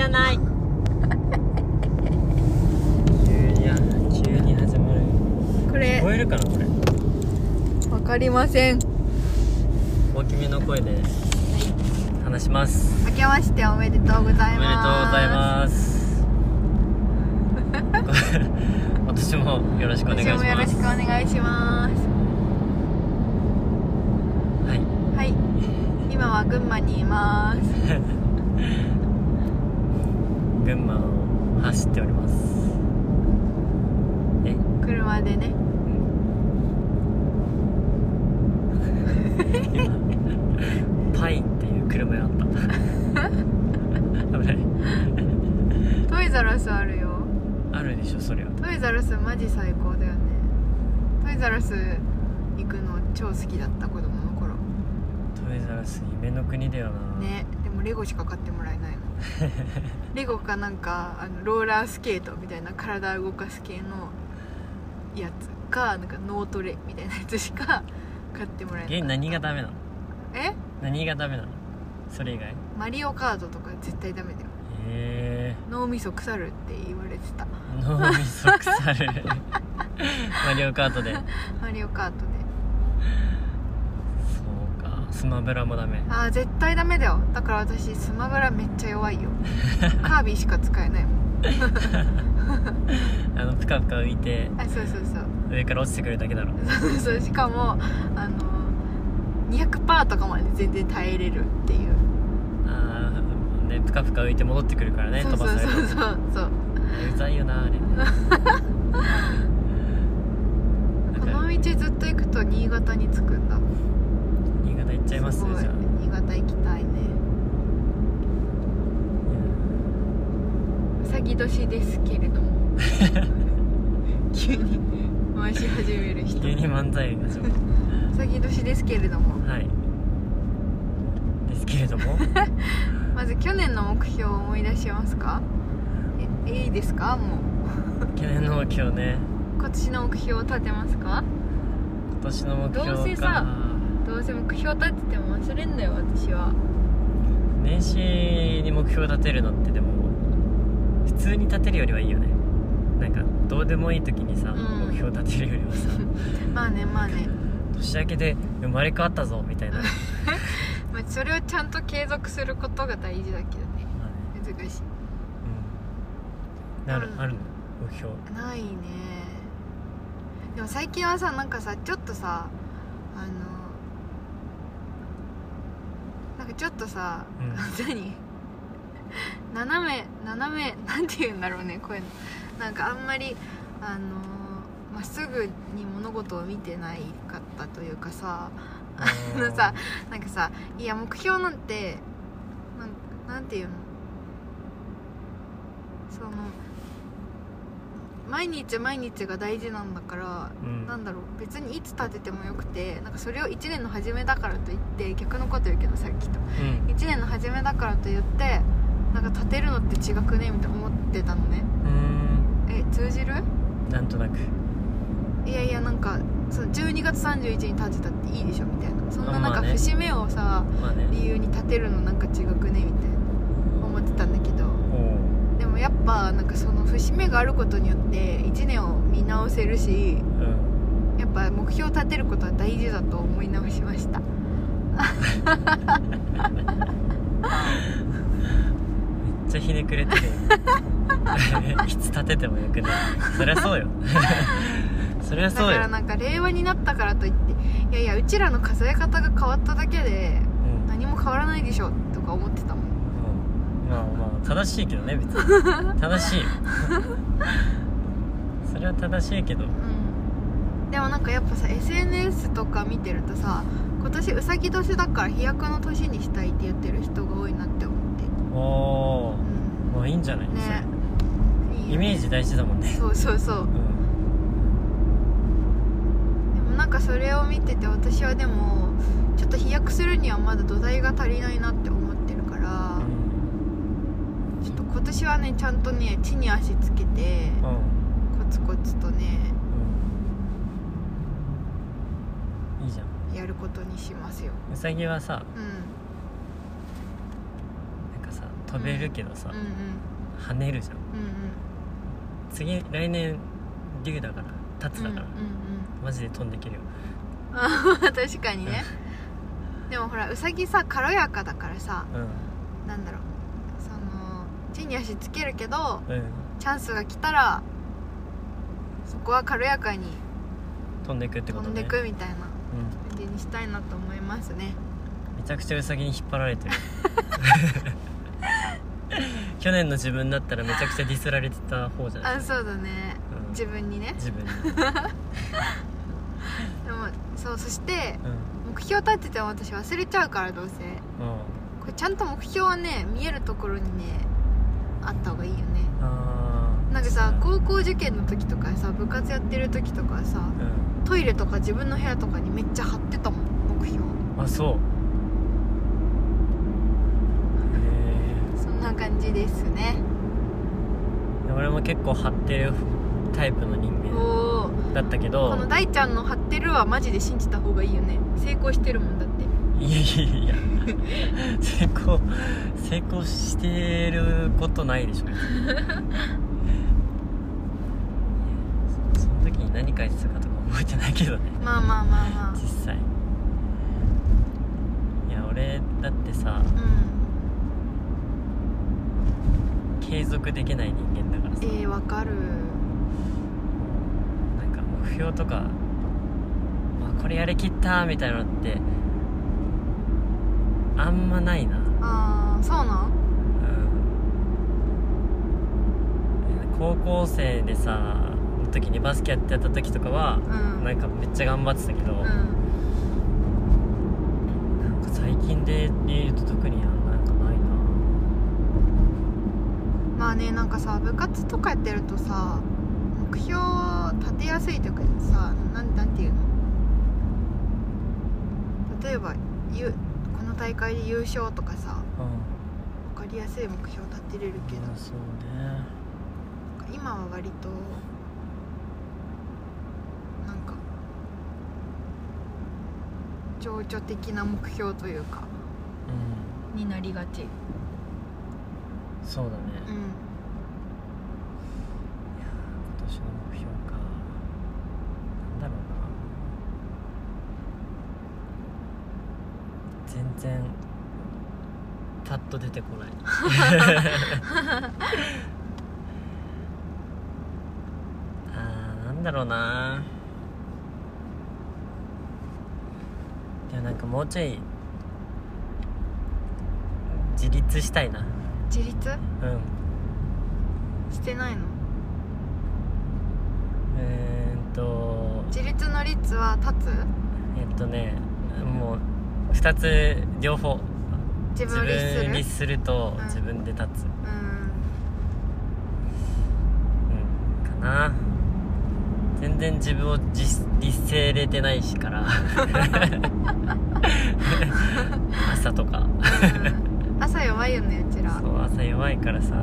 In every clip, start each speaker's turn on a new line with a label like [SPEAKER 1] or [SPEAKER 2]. [SPEAKER 1] ゃない
[SPEAKER 2] 急にあ急に始まる
[SPEAKER 3] これ
[SPEAKER 2] 聞こえるかなこれ
[SPEAKER 3] わかりません
[SPEAKER 2] 大きめの声で話します
[SPEAKER 3] 明けましておめでとうござ
[SPEAKER 2] お
[SPEAKER 3] い
[SPEAKER 2] めでとうござい
[SPEAKER 3] ま
[SPEAKER 2] ます今年もよろしくお願いし
[SPEAKER 3] 今年もよ
[SPEAKER 2] ま
[SPEAKER 3] ろし
[SPEAKER 2] す
[SPEAKER 3] くお願いします
[SPEAKER 2] はい
[SPEAKER 3] はい今は群馬にいます
[SPEAKER 2] 群馬を走っておりますえ
[SPEAKER 3] 車でね
[SPEAKER 2] 今パイっていう車屋あった 危ない
[SPEAKER 3] トイザらスあるよ
[SPEAKER 2] あるでしょそりゃ
[SPEAKER 3] トイザらスマジ最高だよねトイザらス行くの超好きだった子供の頃
[SPEAKER 2] トイザらス夢の国だよな、
[SPEAKER 3] ねでもレゴしか買ってもらえないのレゴかなんかあのローラースケートみたいな体動かす系のやつかなんか脳トレみたいなやつしか 買ってもらえ
[SPEAKER 2] え
[SPEAKER 3] ない
[SPEAKER 2] 何がダメなの
[SPEAKER 3] え
[SPEAKER 2] 何がダメなのそれ以外
[SPEAKER 3] マリオカートとか絶対ダメだよ
[SPEAKER 2] え
[SPEAKER 3] 脳みそ腐るって言われてた
[SPEAKER 2] ー、脳みそ 腐るマリオカートで
[SPEAKER 3] マリオカートで
[SPEAKER 2] そうかスマブラもダメ
[SPEAKER 3] あー絶対ダメだよだから私スマブラめっちゃ弱いよカービィしか使えないもん
[SPEAKER 2] あのプカプカ浮いて
[SPEAKER 3] あそうそうそう
[SPEAKER 2] 上から落ちてくるだけだろ
[SPEAKER 3] そう しかもあの200%とかまで全然耐えれるっていう、
[SPEAKER 2] あーねプカプカ浮いて戻ってくるからね
[SPEAKER 3] そう
[SPEAKER 2] 飛
[SPEAKER 3] そう
[SPEAKER 2] ばされ
[SPEAKER 3] そう
[SPEAKER 2] る
[SPEAKER 3] そうそう
[SPEAKER 2] うざいよなあれ
[SPEAKER 3] こ
[SPEAKER 2] なん
[SPEAKER 3] の
[SPEAKER 2] か
[SPEAKER 3] 道ずっと行くと新潟に着くんだ
[SPEAKER 2] 新潟行っちゃいます
[SPEAKER 3] すごい
[SPEAKER 2] じゃあ
[SPEAKER 3] 新潟行きたいねうさぎ年ですけれども 急に回し始める人
[SPEAKER 2] 急に漫才がちょっ
[SPEAKER 3] うさぎ年ですけれども
[SPEAKER 2] とはいですけれど も
[SPEAKER 3] まず去年の目標を思い出しますかえいいですかもう
[SPEAKER 2] 去年の目標ね
[SPEAKER 3] 今年の目標を立てますか
[SPEAKER 2] 今年の目標か
[SPEAKER 3] どうせさどうせ目標立てても忘れんだよ私は
[SPEAKER 2] 年始に目標立てるのってでも普通に立てるよりはいいよねなんかどうでもいい時にさ、
[SPEAKER 3] うん
[SPEAKER 2] 目標立てるよりはさ
[SPEAKER 3] まあねまあね、
[SPEAKER 2] 年明けで生まれ変わったぞみた いな
[SPEAKER 3] まあ、それをちゃんと継続することが大事だけどね難し
[SPEAKER 2] うんなる
[SPEAKER 3] うん
[SPEAKER 2] あるの目標
[SPEAKER 3] いないねでも最近はさなんかさちょっとさあのなんかちょっとさ、
[SPEAKER 2] うん
[SPEAKER 3] 何斜め斜めなんて言うんだろうねこういうのなんかあんまりあのまっすぐに物事を見てないかったというかさあのさなんかさいや目標なんてなんなんていうのその毎日毎日が大事なんだから
[SPEAKER 2] うん
[SPEAKER 3] なんだろう別にいつ立ててもよくてなんかそれを1年の初めだからといって逆のこと言うけどさっきと
[SPEAKER 2] うん
[SPEAKER 3] 1年の初めだからと言ってなんか立てるのって違くねみたいな思ってたのね
[SPEAKER 2] うん
[SPEAKER 3] え通じる
[SPEAKER 2] なんとなく
[SPEAKER 3] いやいやなんかその12月31日に立てたっていいでしょみたいなそんななん
[SPEAKER 2] まあ
[SPEAKER 3] か
[SPEAKER 2] ね
[SPEAKER 3] 節目をさ
[SPEAKER 2] まあね
[SPEAKER 3] 理由に立てるのなんか違くねみたいな思ってたんだけど
[SPEAKER 2] おう
[SPEAKER 3] でもやっぱなんかその節目があることによって1年を見直せるし
[SPEAKER 2] うん
[SPEAKER 3] やっぱ目標を立てることは大事だと思い直しました
[SPEAKER 2] めっちゃひねく れてるいつ立ててもよくねそりゃそ うよそりゃ
[SPEAKER 3] だ
[SPEAKER 2] そう
[SPEAKER 3] か
[SPEAKER 2] よ
[SPEAKER 3] らなんか令和になったからといっていやいやうちらの数え方が変わっただけで
[SPEAKER 2] うん
[SPEAKER 3] 何も変わらないでしょとか思ってたもん
[SPEAKER 2] うんまあまあ正しいけどね別 に正しいよそれは正しいけど
[SPEAKER 3] うんでもなんかやっぱさ SNS とか見てるとさ今年うさぎ年だから飛躍の年にしたいって言ってる人が多いなって思って
[SPEAKER 2] お
[SPEAKER 3] う
[SPEAKER 2] ー
[SPEAKER 3] ん
[SPEAKER 2] まあいいんじゃない、
[SPEAKER 3] ねいいよね
[SPEAKER 2] イメージ大事だもんね
[SPEAKER 3] そうそうそう
[SPEAKER 2] うん
[SPEAKER 3] でもなんかそれを見てて私はでもちょっと飛躍するにはまだ土台が足りないなって思ってるからちょっと今年はねちゃんとね地に足つけて
[SPEAKER 2] うんうん
[SPEAKER 3] コツコツとね
[SPEAKER 2] うんいいじゃん
[SPEAKER 3] やることにしますよ
[SPEAKER 2] うさぎはさ
[SPEAKER 3] うん
[SPEAKER 2] なんかさ飛べるけどさ
[SPEAKER 3] うん、うん
[SPEAKER 2] 跳ねるじゃん
[SPEAKER 3] うんうん
[SPEAKER 2] 次来年竜だから立つだから、
[SPEAKER 3] うんうん
[SPEAKER 2] マジで飛んでけるよ
[SPEAKER 3] うんあ確かにねでもほらうさぎさ軽やかだからさ
[SPEAKER 2] う
[SPEAKER 3] なんだろうその地に足つけるけど
[SPEAKER 2] んうん
[SPEAKER 3] チャンスが来たらそこは軽やかに
[SPEAKER 2] 飛んでくってこ
[SPEAKER 3] 飛
[SPEAKER 2] と
[SPEAKER 3] んで
[SPEAKER 2] ね
[SPEAKER 3] くみたいな
[SPEAKER 2] うん
[SPEAKER 3] 感じにしたいなと思いますね
[SPEAKER 2] めちゃくちゃウサギに引っ張られ てる去年の自分だったらめちゃくちゃディスられてた方じゃない
[SPEAKER 3] あそうだね
[SPEAKER 2] うん
[SPEAKER 3] 自分にね
[SPEAKER 2] 自分に、
[SPEAKER 3] でもそうそして
[SPEAKER 2] うん
[SPEAKER 3] 目標立てても私忘れちゃうからどうせ
[SPEAKER 2] うん、
[SPEAKER 3] これちゃんと目標はね見えるところにねあった方がいいよね
[SPEAKER 2] あー
[SPEAKER 3] なんかさ高校受験の時とかさ部活やってる時とかさ
[SPEAKER 2] うん
[SPEAKER 3] トイレとか自分の部屋とかにめっちゃ貼ってたもん目標
[SPEAKER 2] あそうへ
[SPEAKER 3] そんな感じですね
[SPEAKER 2] え俺も結構張ってるタイプの人
[SPEAKER 3] お
[SPEAKER 2] 間
[SPEAKER 3] お
[SPEAKER 2] だったけ
[SPEAKER 3] こ
[SPEAKER 2] ど
[SPEAKER 3] の大ちゃんの貼ってるはマジで信じた方がいいよね成功してるもんだって
[SPEAKER 2] いやいやいや成功成功してることないでしょいやそその時に何書いてたかとか覚えてないけどね
[SPEAKER 3] まあまあまあま あ
[SPEAKER 2] 実際いや俺だってさ
[SPEAKER 3] うん
[SPEAKER 2] 継続できない人間だからさ
[SPEAKER 3] えー、わかる
[SPEAKER 2] なんか目標とかあこれやりきったみたいなのってあんまないな
[SPEAKER 3] ああそうなん
[SPEAKER 2] うん高校生でさの時にバスケやってた時とかは
[SPEAKER 3] う、ん
[SPEAKER 2] なんかめっちゃ頑張ってたけど、
[SPEAKER 3] うん
[SPEAKER 2] なんか最近で言うと特にあんまなんかないな
[SPEAKER 3] まあねなんかさ部活とかやってるとさ目標立てやすいというかさなんなんていうの例えばゆこの大会で優勝とかさ
[SPEAKER 2] うん
[SPEAKER 3] 分かりやすい目標立てれるけど
[SPEAKER 2] まあそうね
[SPEAKER 3] 今は割となんか情緒的な目標というか
[SPEAKER 2] う
[SPEAKER 3] になりがち
[SPEAKER 2] んそうだね、
[SPEAKER 3] う
[SPEAKER 2] いや
[SPEAKER 3] ん
[SPEAKER 2] 今年の目標かなんだろうな全然パッと出てこない あーなんだろうなでもなんかもうちょい自立したいな
[SPEAKER 3] 自立
[SPEAKER 2] うん
[SPEAKER 3] してないの
[SPEAKER 2] えー、っと
[SPEAKER 3] 自立の率は立つ
[SPEAKER 2] えっとねもう2つ両方
[SPEAKER 3] 自分を律する
[SPEAKER 2] 自立すると
[SPEAKER 3] うん
[SPEAKER 2] 自分で立
[SPEAKER 3] う
[SPEAKER 2] つ、
[SPEAKER 3] ん
[SPEAKER 2] うん、かな全然自分を実立せれてないしから 朝とか
[SPEAKER 3] うん朝弱いよねうちら
[SPEAKER 2] そう朝弱いからさ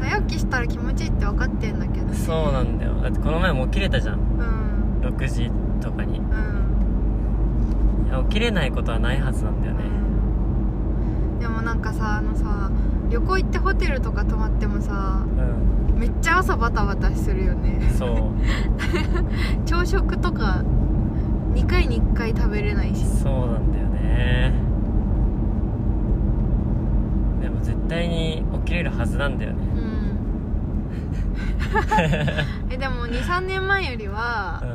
[SPEAKER 3] 早起きしたら気持ちいいって分かってんだけどね
[SPEAKER 2] そうなんだよだってこの前も起きれたじゃ
[SPEAKER 3] う
[SPEAKER 2] ん
[SPEAKER 3] ん
[SPEAKER 2] 6時とかにい
[SPEAKER 3] うん
[SPEAKER 2] や起きれないことはないはずなんだよね
[SPEAKER 3] うんでもなんかさあのさ旅行行ってホテルとか泊まってもさ
[SPEAKER 2] うん
[SPEAKER 3] めっちゃ朝バタバタするよね
[SPEAKER 2] そう
[SPEAKER 3] 朝食とか2回に1回食べれないし
[SPEAKER 2] そうなんだよねでも絶対に起きれるはずなんだよね
[SPEAKER 3] うん えでも23年前よりは
[SPEAKER 2] う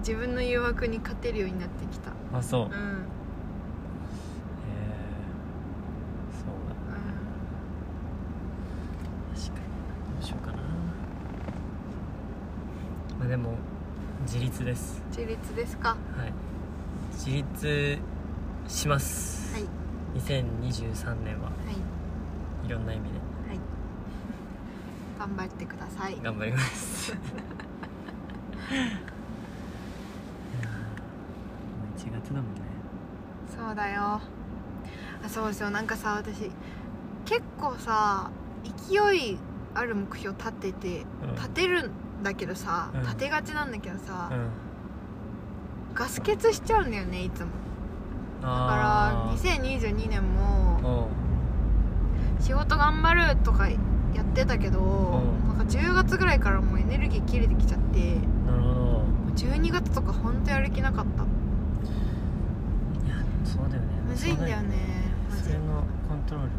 [SPEAKER 3] 自分の誘惑に勝てるようになってきた
[SPEAKER 2] んあそう
[SPEAKER 3] う
[SPEAKER 2] へえ
[SPEAKER 3] ん
[SPEAKER 2] そう
[SPEAKER 3] うん
[SPEAKER 2] だ確かにどうしようかなまあでも自立です
[SPEAKER 3] 自立ですか
[SPEAKER 2] はい自立します
[SPEAKER 3] はい
[SPEAKER 2] 2023年は
[SPEAKER 3] はい
[SPEAKER 2] いろんな意味で
[SPEAKER 3] はい頑張ってください
[SPEAKER 2] 頑張りま すいやーもう1月だもんね
[SPEAKER 3] そうだよあそうそうなんかさ私結構さ勢いある目標立てて
[SPEAKER 2] うん
[SPEAKER 3] 立てるんだけどさ、
[SPEAKER 2] うん
[SPEAKER 3] 立てがちなんだけどさ、
[SPEAKER 2] うん
[SPEAKER 3] ガス欠しちゃうんだよねいつもだか
[SPEAKER 2] あ
[SPEAKER 3] ら2022年も
[SPEAKER 2] ーうん
[SPEAKER 3] 仕事頑張るとかやってたけど、
[SPEAKER 2] ん
[SPEAKER 3] なんか10月ぐらいからもうエネルギー切れてきちゃっても
[SPEAKER 2] なるほど
[SPEAKER 3] う12月とか本当やる気なかった
[SPEAKER 2] いやそうだよね
[SPEAKER 3] むずいんだよねマ
[SPEAKER 2] そ
[SPEAKER 3] ジ
[SPEAKER 2] れのコントロール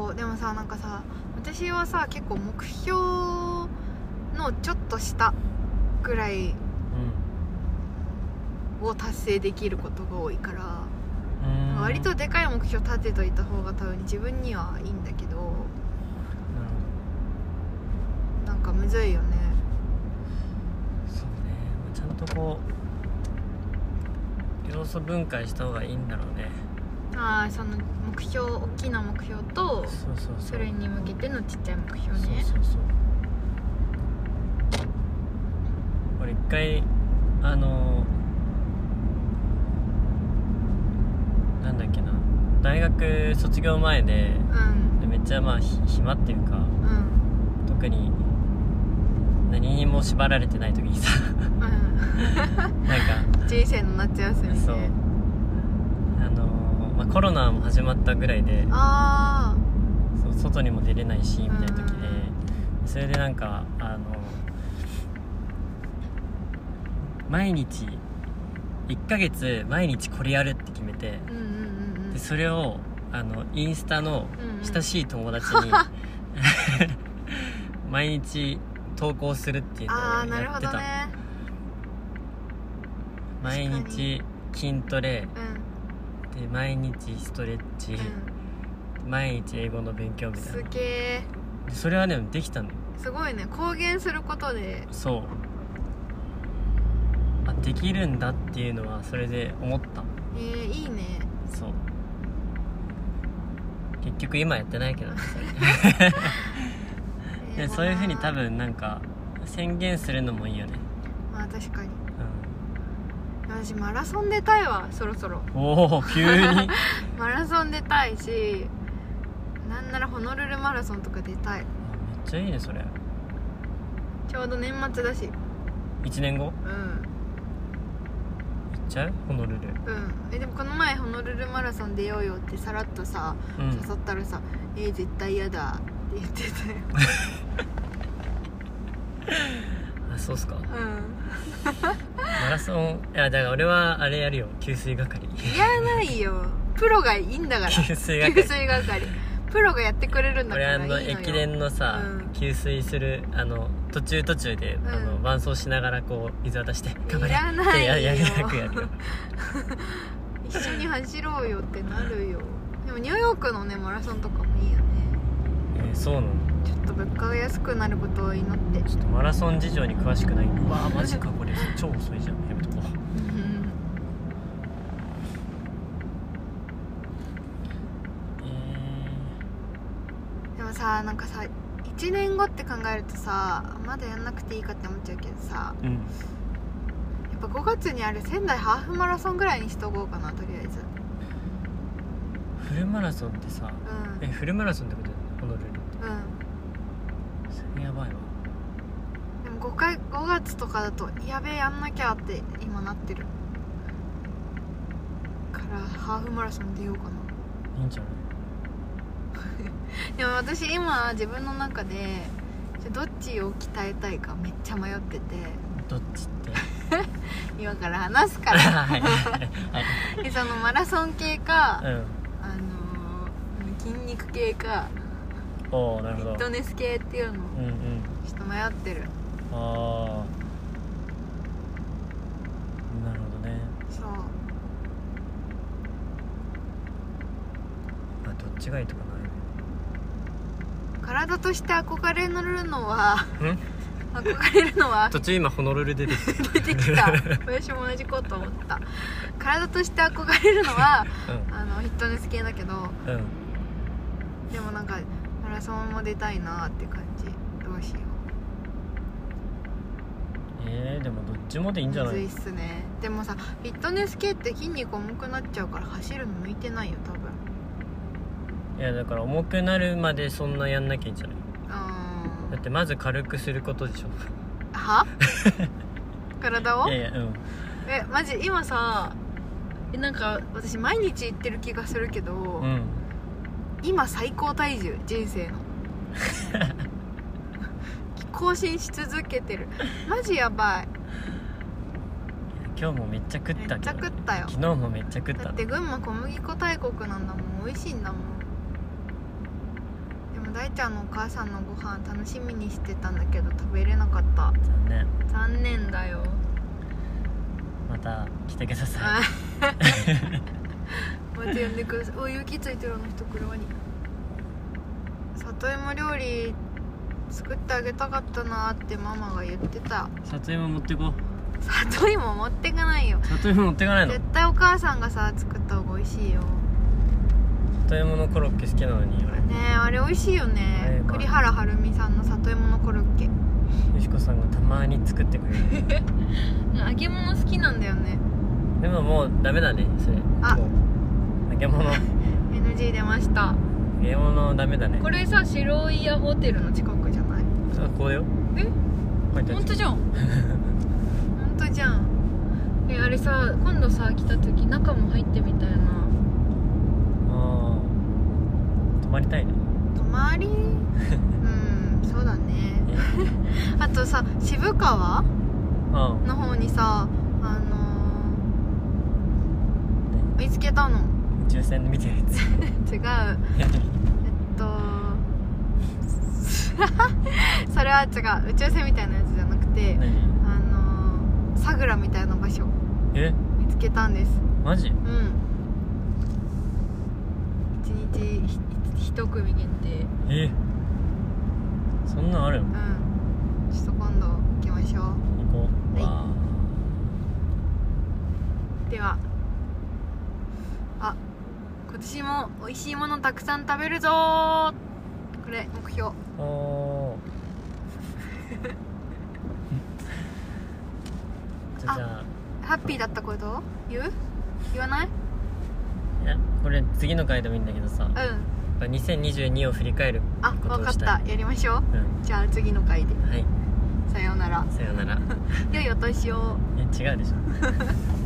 [SPEAKER 2] は
[SPEAKER 3] そうでもさなんかさ私はさ結構目標のちょっと下ぐらいを達成できることが多いから、
[SPEAKER 2] うんうん
[SPEAKER 3] 割とでかい目標立てといた方が多分自分にはいいんだけど
[SPEAKER 2] なるほど
[SPEAKER 3] なんかむずいよね
[SPEAKER 2] そうねまあちゃんとこう要素分解した方がいいんだろうね
[SPEAKER 3] ああその目標大きな目標と
[SPEAKER 2] そうそうそう
[SPEAKER 3] それに向けてのちっちゃい目標ね
[SPEAKER 2] そうそうそう俺一回あのなんだっけな大学卒業前で
[SPEAKER 3] うん
[SPEAKER 2] でめっちゃまあひ暇っていうか
[SPEAKER 3] うん
[SPEAKER 2] 特に何にも縛られてない時にさ
[SPEAKER 3] う
[SPEAKER 2] なんか
[SPEAKER 3] ん人生の夏休みね
[SPEAKER 2] そうあの、まあ、コロナも始まったぐらいで
[SPEAKER 3] あ
[SPEAKER 2] そう外にも出れないしみたいな時で
[SPEAKER 3] うん
[SPEAKER 2] それでなんかあの毎日1ヶ月毎日これやるって決めて
[SPEAKER 3] あうんうんうん
[SPEAKER 2] でそれをあのインスタの
[SPEAKER 3] うんうん
[SPEAKER 2] 親しい友達 に毎日投稿するっていうのを
[SPEAKER 3] ああなる
[SPEAKER 2] やっ
[SPEAKER 3] ほ
[SPEAKER 2] て
[SPEAKER 3] ど
[SPEAKER 2] た、
[SPEAKER 3] ね
[SPEAKER 2] 毎
[SPEAKER 3] 確かに
[SPEAKER 2] 日筋トレ
[SPEAKER 3] うん
[SPEAKER 2] で毎日ストレッチ、
[SPEAKER 3] う
[SPEAKER 2] 毎日英語の勉強み
[SPEAKER 3] ん
[SPEAKER 2] たい
[SPEAKER 3] す
[SPEAKER 2] な
[SPEAKER 3] げえ
[SPEAKER 2] でそれはねできたの
[SPEAKER 3] すごいね公言することで
[SPEAKER 2] そうあできるんだっていうのはそれで思った
[SPEAKER 3] えー、いいね
[SPEAKER 2] そう結局今やってないけどねそれ
[SPEAKER 3] えー
[SPEAKER 2] で そういうふうに多分なんか宣言するのもいいよね、
[SPEAKER 3] まあ確かに私マラソン出たいわそろそろ
[SPEAKER 2] うん、おお急に
[SPEAKER 3] マラソン出たいしなんならホノルルマラソンとか出たい
[SPEAKER 2] めっちゃいいねそれ
[SPEAKER 3] ちょうど年末だし
[SPEAKER 2] 1年後
[SPEAKER 3] うん
[SPEAKER 2] 行っちゃうホノルル
[SPEAKER 3] うんえでもこの前ホノルルマラソン出ようよってさらっとさ
[SPEAKER 2] うん
[SPEAKER 3] 誘ったらさ「えー、絶対嫌だ」って言ってたよ
[SPEAKER 2] あそうっすか
[SPEAKER 3] うん
[SPEAKER 2] マラソンいやだから俺はあれやるよ給水係
[SPEAKER 3] いらないよプロがいいんだから
[SPEAKER 2] 給水
[SPEAKER 3] 給
[SPEAKER 2] 係
[SPEAKER 3] 水係プロがやってくれるんだ
[SPEAKER 2] こ
[SPEAKER 3] か
[SPEAKER 2] れ
[SPEAKER 3] ら
[SPEAKER 2] あ
[SPEAKER 3] いいの
[SPEAKER 2] の
[SPEAKER 3] よ
[SPEAKER 2] 駅伝のさ、
[SPEAKER 3] うん
[SPEAKER 2] 給水するあの途中途中で、
[SPEAKER 3] ん
[SPEAKER 2] あの伴走しながらこう水渡して「頑張れ!」
[SPEAKER 3] らないよ
[SPEAKER 2] ってややりたくやるよ
[SPEAKER 3] 一緒に走ろうよってなるよでもニューヨークのねマラソンとかもいいよね
[SPEAKER 2] えーそうなの
[SPEAKER 3] ちょっと物価が安くなることを祈って
[SPEAKER 2] ちょっとマラソン事情に詳しくないうわーマジかこれ超遅いじゃんやめと
[SPEAKER 3] う
[SPEAKER 2] こう
[SPEAKER 3] ん
[SPEAKER 2] え
[SPEAKER 3] でもさなんかさ1年後って考えるとさまだやんなくていいかって思っちゃうけどさ
[SPEAKER 2] ー、うん
[SPEAKER 3] やっぱ5月にある仙台ハーフマラソンぐらいにしとこうかなとりあえず
[SPEAKER 2] フルマラソンってさえ
[SPEAKER 3] う
[SPEAKER 2] フルマラソンってことだよねホノルルって
[SPEAKER 3] ん
[SPEAKER 2] それやばいわ
[SPEAKER 3] うんでも 5, 回5月とかだとやべえやんなきゃって今なってるからハーフマラソン出ようかない
[SPEAKER 2] いんじゃない
[SPEAKER 3] でも私今自分の中でちょどっちを鍛えたいかめっちゃ迷ってて
[SPEAKER 2] どっちって
[SPEAKER 3] 今から話すか
[SPEAKER 2] はい
[SPEAKER 3] ら
[SPEAKER 2] はいはい
[SPEAKER 3] でそのマラソン系か、
[SPEAKER 2] うん
[SPEAKER 3] あのー筋肉系か
[SPEAKER 2] おおなる
[SPEAKER 3] フ
[SPEAKER 2] ほ
[SPEAKER 3] ィッ
[SPEAKER 2] ど
[SPEAKER 3] トネス系っていうのを
[SPEAKER 2] うんうん
[SPEAKER 3] ちょっと迷ってる
[SPEAKER 2] ああなるほどね
[SPEAKER 3] そう
[SPEAKER 2] まあどっちがいいとかない
[SPEAKER 3] 体として憧れるのは
[SPEAKER 2] ん
[SPEAKER 3] 憧れるのは
[SPEAKER 2] 途中今ホノルル出てきた
[SPEAKER 3] 出てきた私も同じこと思った体として憧れるのはあのフィットネス系だけど
[SPEAKER 2] うんうん
[SPEAKER 3] でもなんかマラソンも出たいなって感じどうしよう
[SPEAKER 2] えー、でもどっちもでいいんじゃな
[SPEAKER 3] むず
[SPEAKER 2] い
[SPEAKER 3] っすねでもさフィットネス系って筋肉重くなっちゃうから走るの向いてないよ多分
[SPEAKER 2] いやだから重くなるまでそんなやんなきゃいいんじゃない
[SPEAKER 3] ー
[SPEAKER 2] うだってまず軽くすることでしょ
[SPEAKER 3] ん は体を
[SPEAKER 2] いやいやうん
[SPEAKER 3] えマジ今さえなんか私毎日行ってる気がするけど、
[SPEAKER 2] うん
[SPEAKER 3] 今最高体重人生の更新し続けてるマジやばい
[SPEAKER 2] 今日もめっちゃ食っ
[SPEAKER 3] めった
[SPEAKER 2] けど
[SPEAKER 3] ちゃ食ったよ
[SPEAKER 2] 昨日もめっちゃ食っ
[SPEAKER 3] だ
[SPEAKER 2] た
[SPEAKER 3] って群馬小麦粉大国なんだもん美味しいんだもんでも大ちゃんのお母さんのご飯楽しみにしてたんだけど食べれなかった
[SPEAKER 2] 残念
[SPEAKER 3] 残念だよ
[SPEAKER 2] また来てくださ
[SPEAKER 3] あ
[SPEAKER 2] い
[SPEAKER 3] また呼んでくださいお雪ついてるあの人車に里芋料理作ってあげたかったなってママが言ってた
[SPEAKER 2] 里芋持ってこ
[SPEAKER 3] 里芋持ってかないよ
[SPEAKER 2] 里芋持ってかないの
[SPEAKER 3] 絶対お母さんがさ作った方が美味しいよ
[SPEAKER 2] 里芋のコロッケ好きなのに俺
[SPEAKER 3] ねえあれ美味しいよ
[SPEAKER 2] あれ
[SPEAKER 3] ね
[SPEAKER 2] うまい
[SPEAKER 3] 栗原はるみさんの里芋のコロッケ
[SPEAKER 2] よしこさんがたまに作ってくれ る
[SPEAKER 3] 揚げ物好きなんだよね
[SPEAKER 2] でももうダメだねそれ
[SPEAKER 3] あ
[SPEAKER 2] もう揚げ物
[SPEAKER 3] NG 出ました
[SPEAKER 2] 揚げ物ダメだね
[SPEAKER 3] これさ白い屋ホテルの近くじゃない
[SPEAKER 2] あこうよ
[SPEAKER 3] え
[SPEAKER 2] 書いてあ
[SPEAKER 3] 本
[SPEAKER 2] る
[SPEAKER 3] 当じ ゃん本当じゃんえあれさ今度さ来た時中も入ってみたいな
[SPEAKER 2] あー泊まりたいな
[SPEAKER 3] 泊ま りうんそうだね
[SPEAKER 2] え
[SPEAKER 3] あとさ渋川
[SPEAKER 2] あ
[SPEAKER 3] の方にさあのー、見つけたの
[SPEAKER 2] ー宇宙船で見てるやつ
[SPEAKER 3] 違う えっとそれは違う宇宙船みたいなやつじゃなくて
[SPEAKER 2] 何
[SPEAKER 3] あのー、サグラみたいな場所
[SPEAKER 2] え
[SPEAKER 3] 見つけたんです
[SPEAKER 2] マジ
[SPEAKER 3] うん一日ひひ一組限定
[SPEAKER 2] えそんなんあるの
[SPEAKER 3] うんちょっと今度行きましょ
[SPEAKER 2] 行こう
[SPEAKER 3] はいう
[SPEAKER 2] わ
[SPEAKER 3] うではあ今年も美味しいものたくさん食べるぞーこれ目標
[SPEAKER 2] ー おーじゃあじゃあ
[SPEAKER 3] ハッピーだったこと言う言わない
[SPEAKER 2] いやこれ次の回でもいいんだけどさ
[SPEAKER 3] う
[SPEAKER 2] やっ
[SPEAKER 3] ん
[SPEAKER 2] ぱ2022を振り返る
[SPEAKER 3] あ
[SPEAKER 2] こと
[SPEAKER 3] 分
[SPEAKER 2] を
[SPEAKER 3] かっ
[SPEAKER 2] したたい
[SPEAKER 3] やりましょう
[SPEAKER 2] うん
[SPEAKER 3] じゃあ次の回で
[SPEAKER 2] はい
[SPEAKER 3] さようなら
[SPEAKER 2] さよなら
[SPEAKER 3] 良いお年を
[SPEAKER 2] え違うでしょ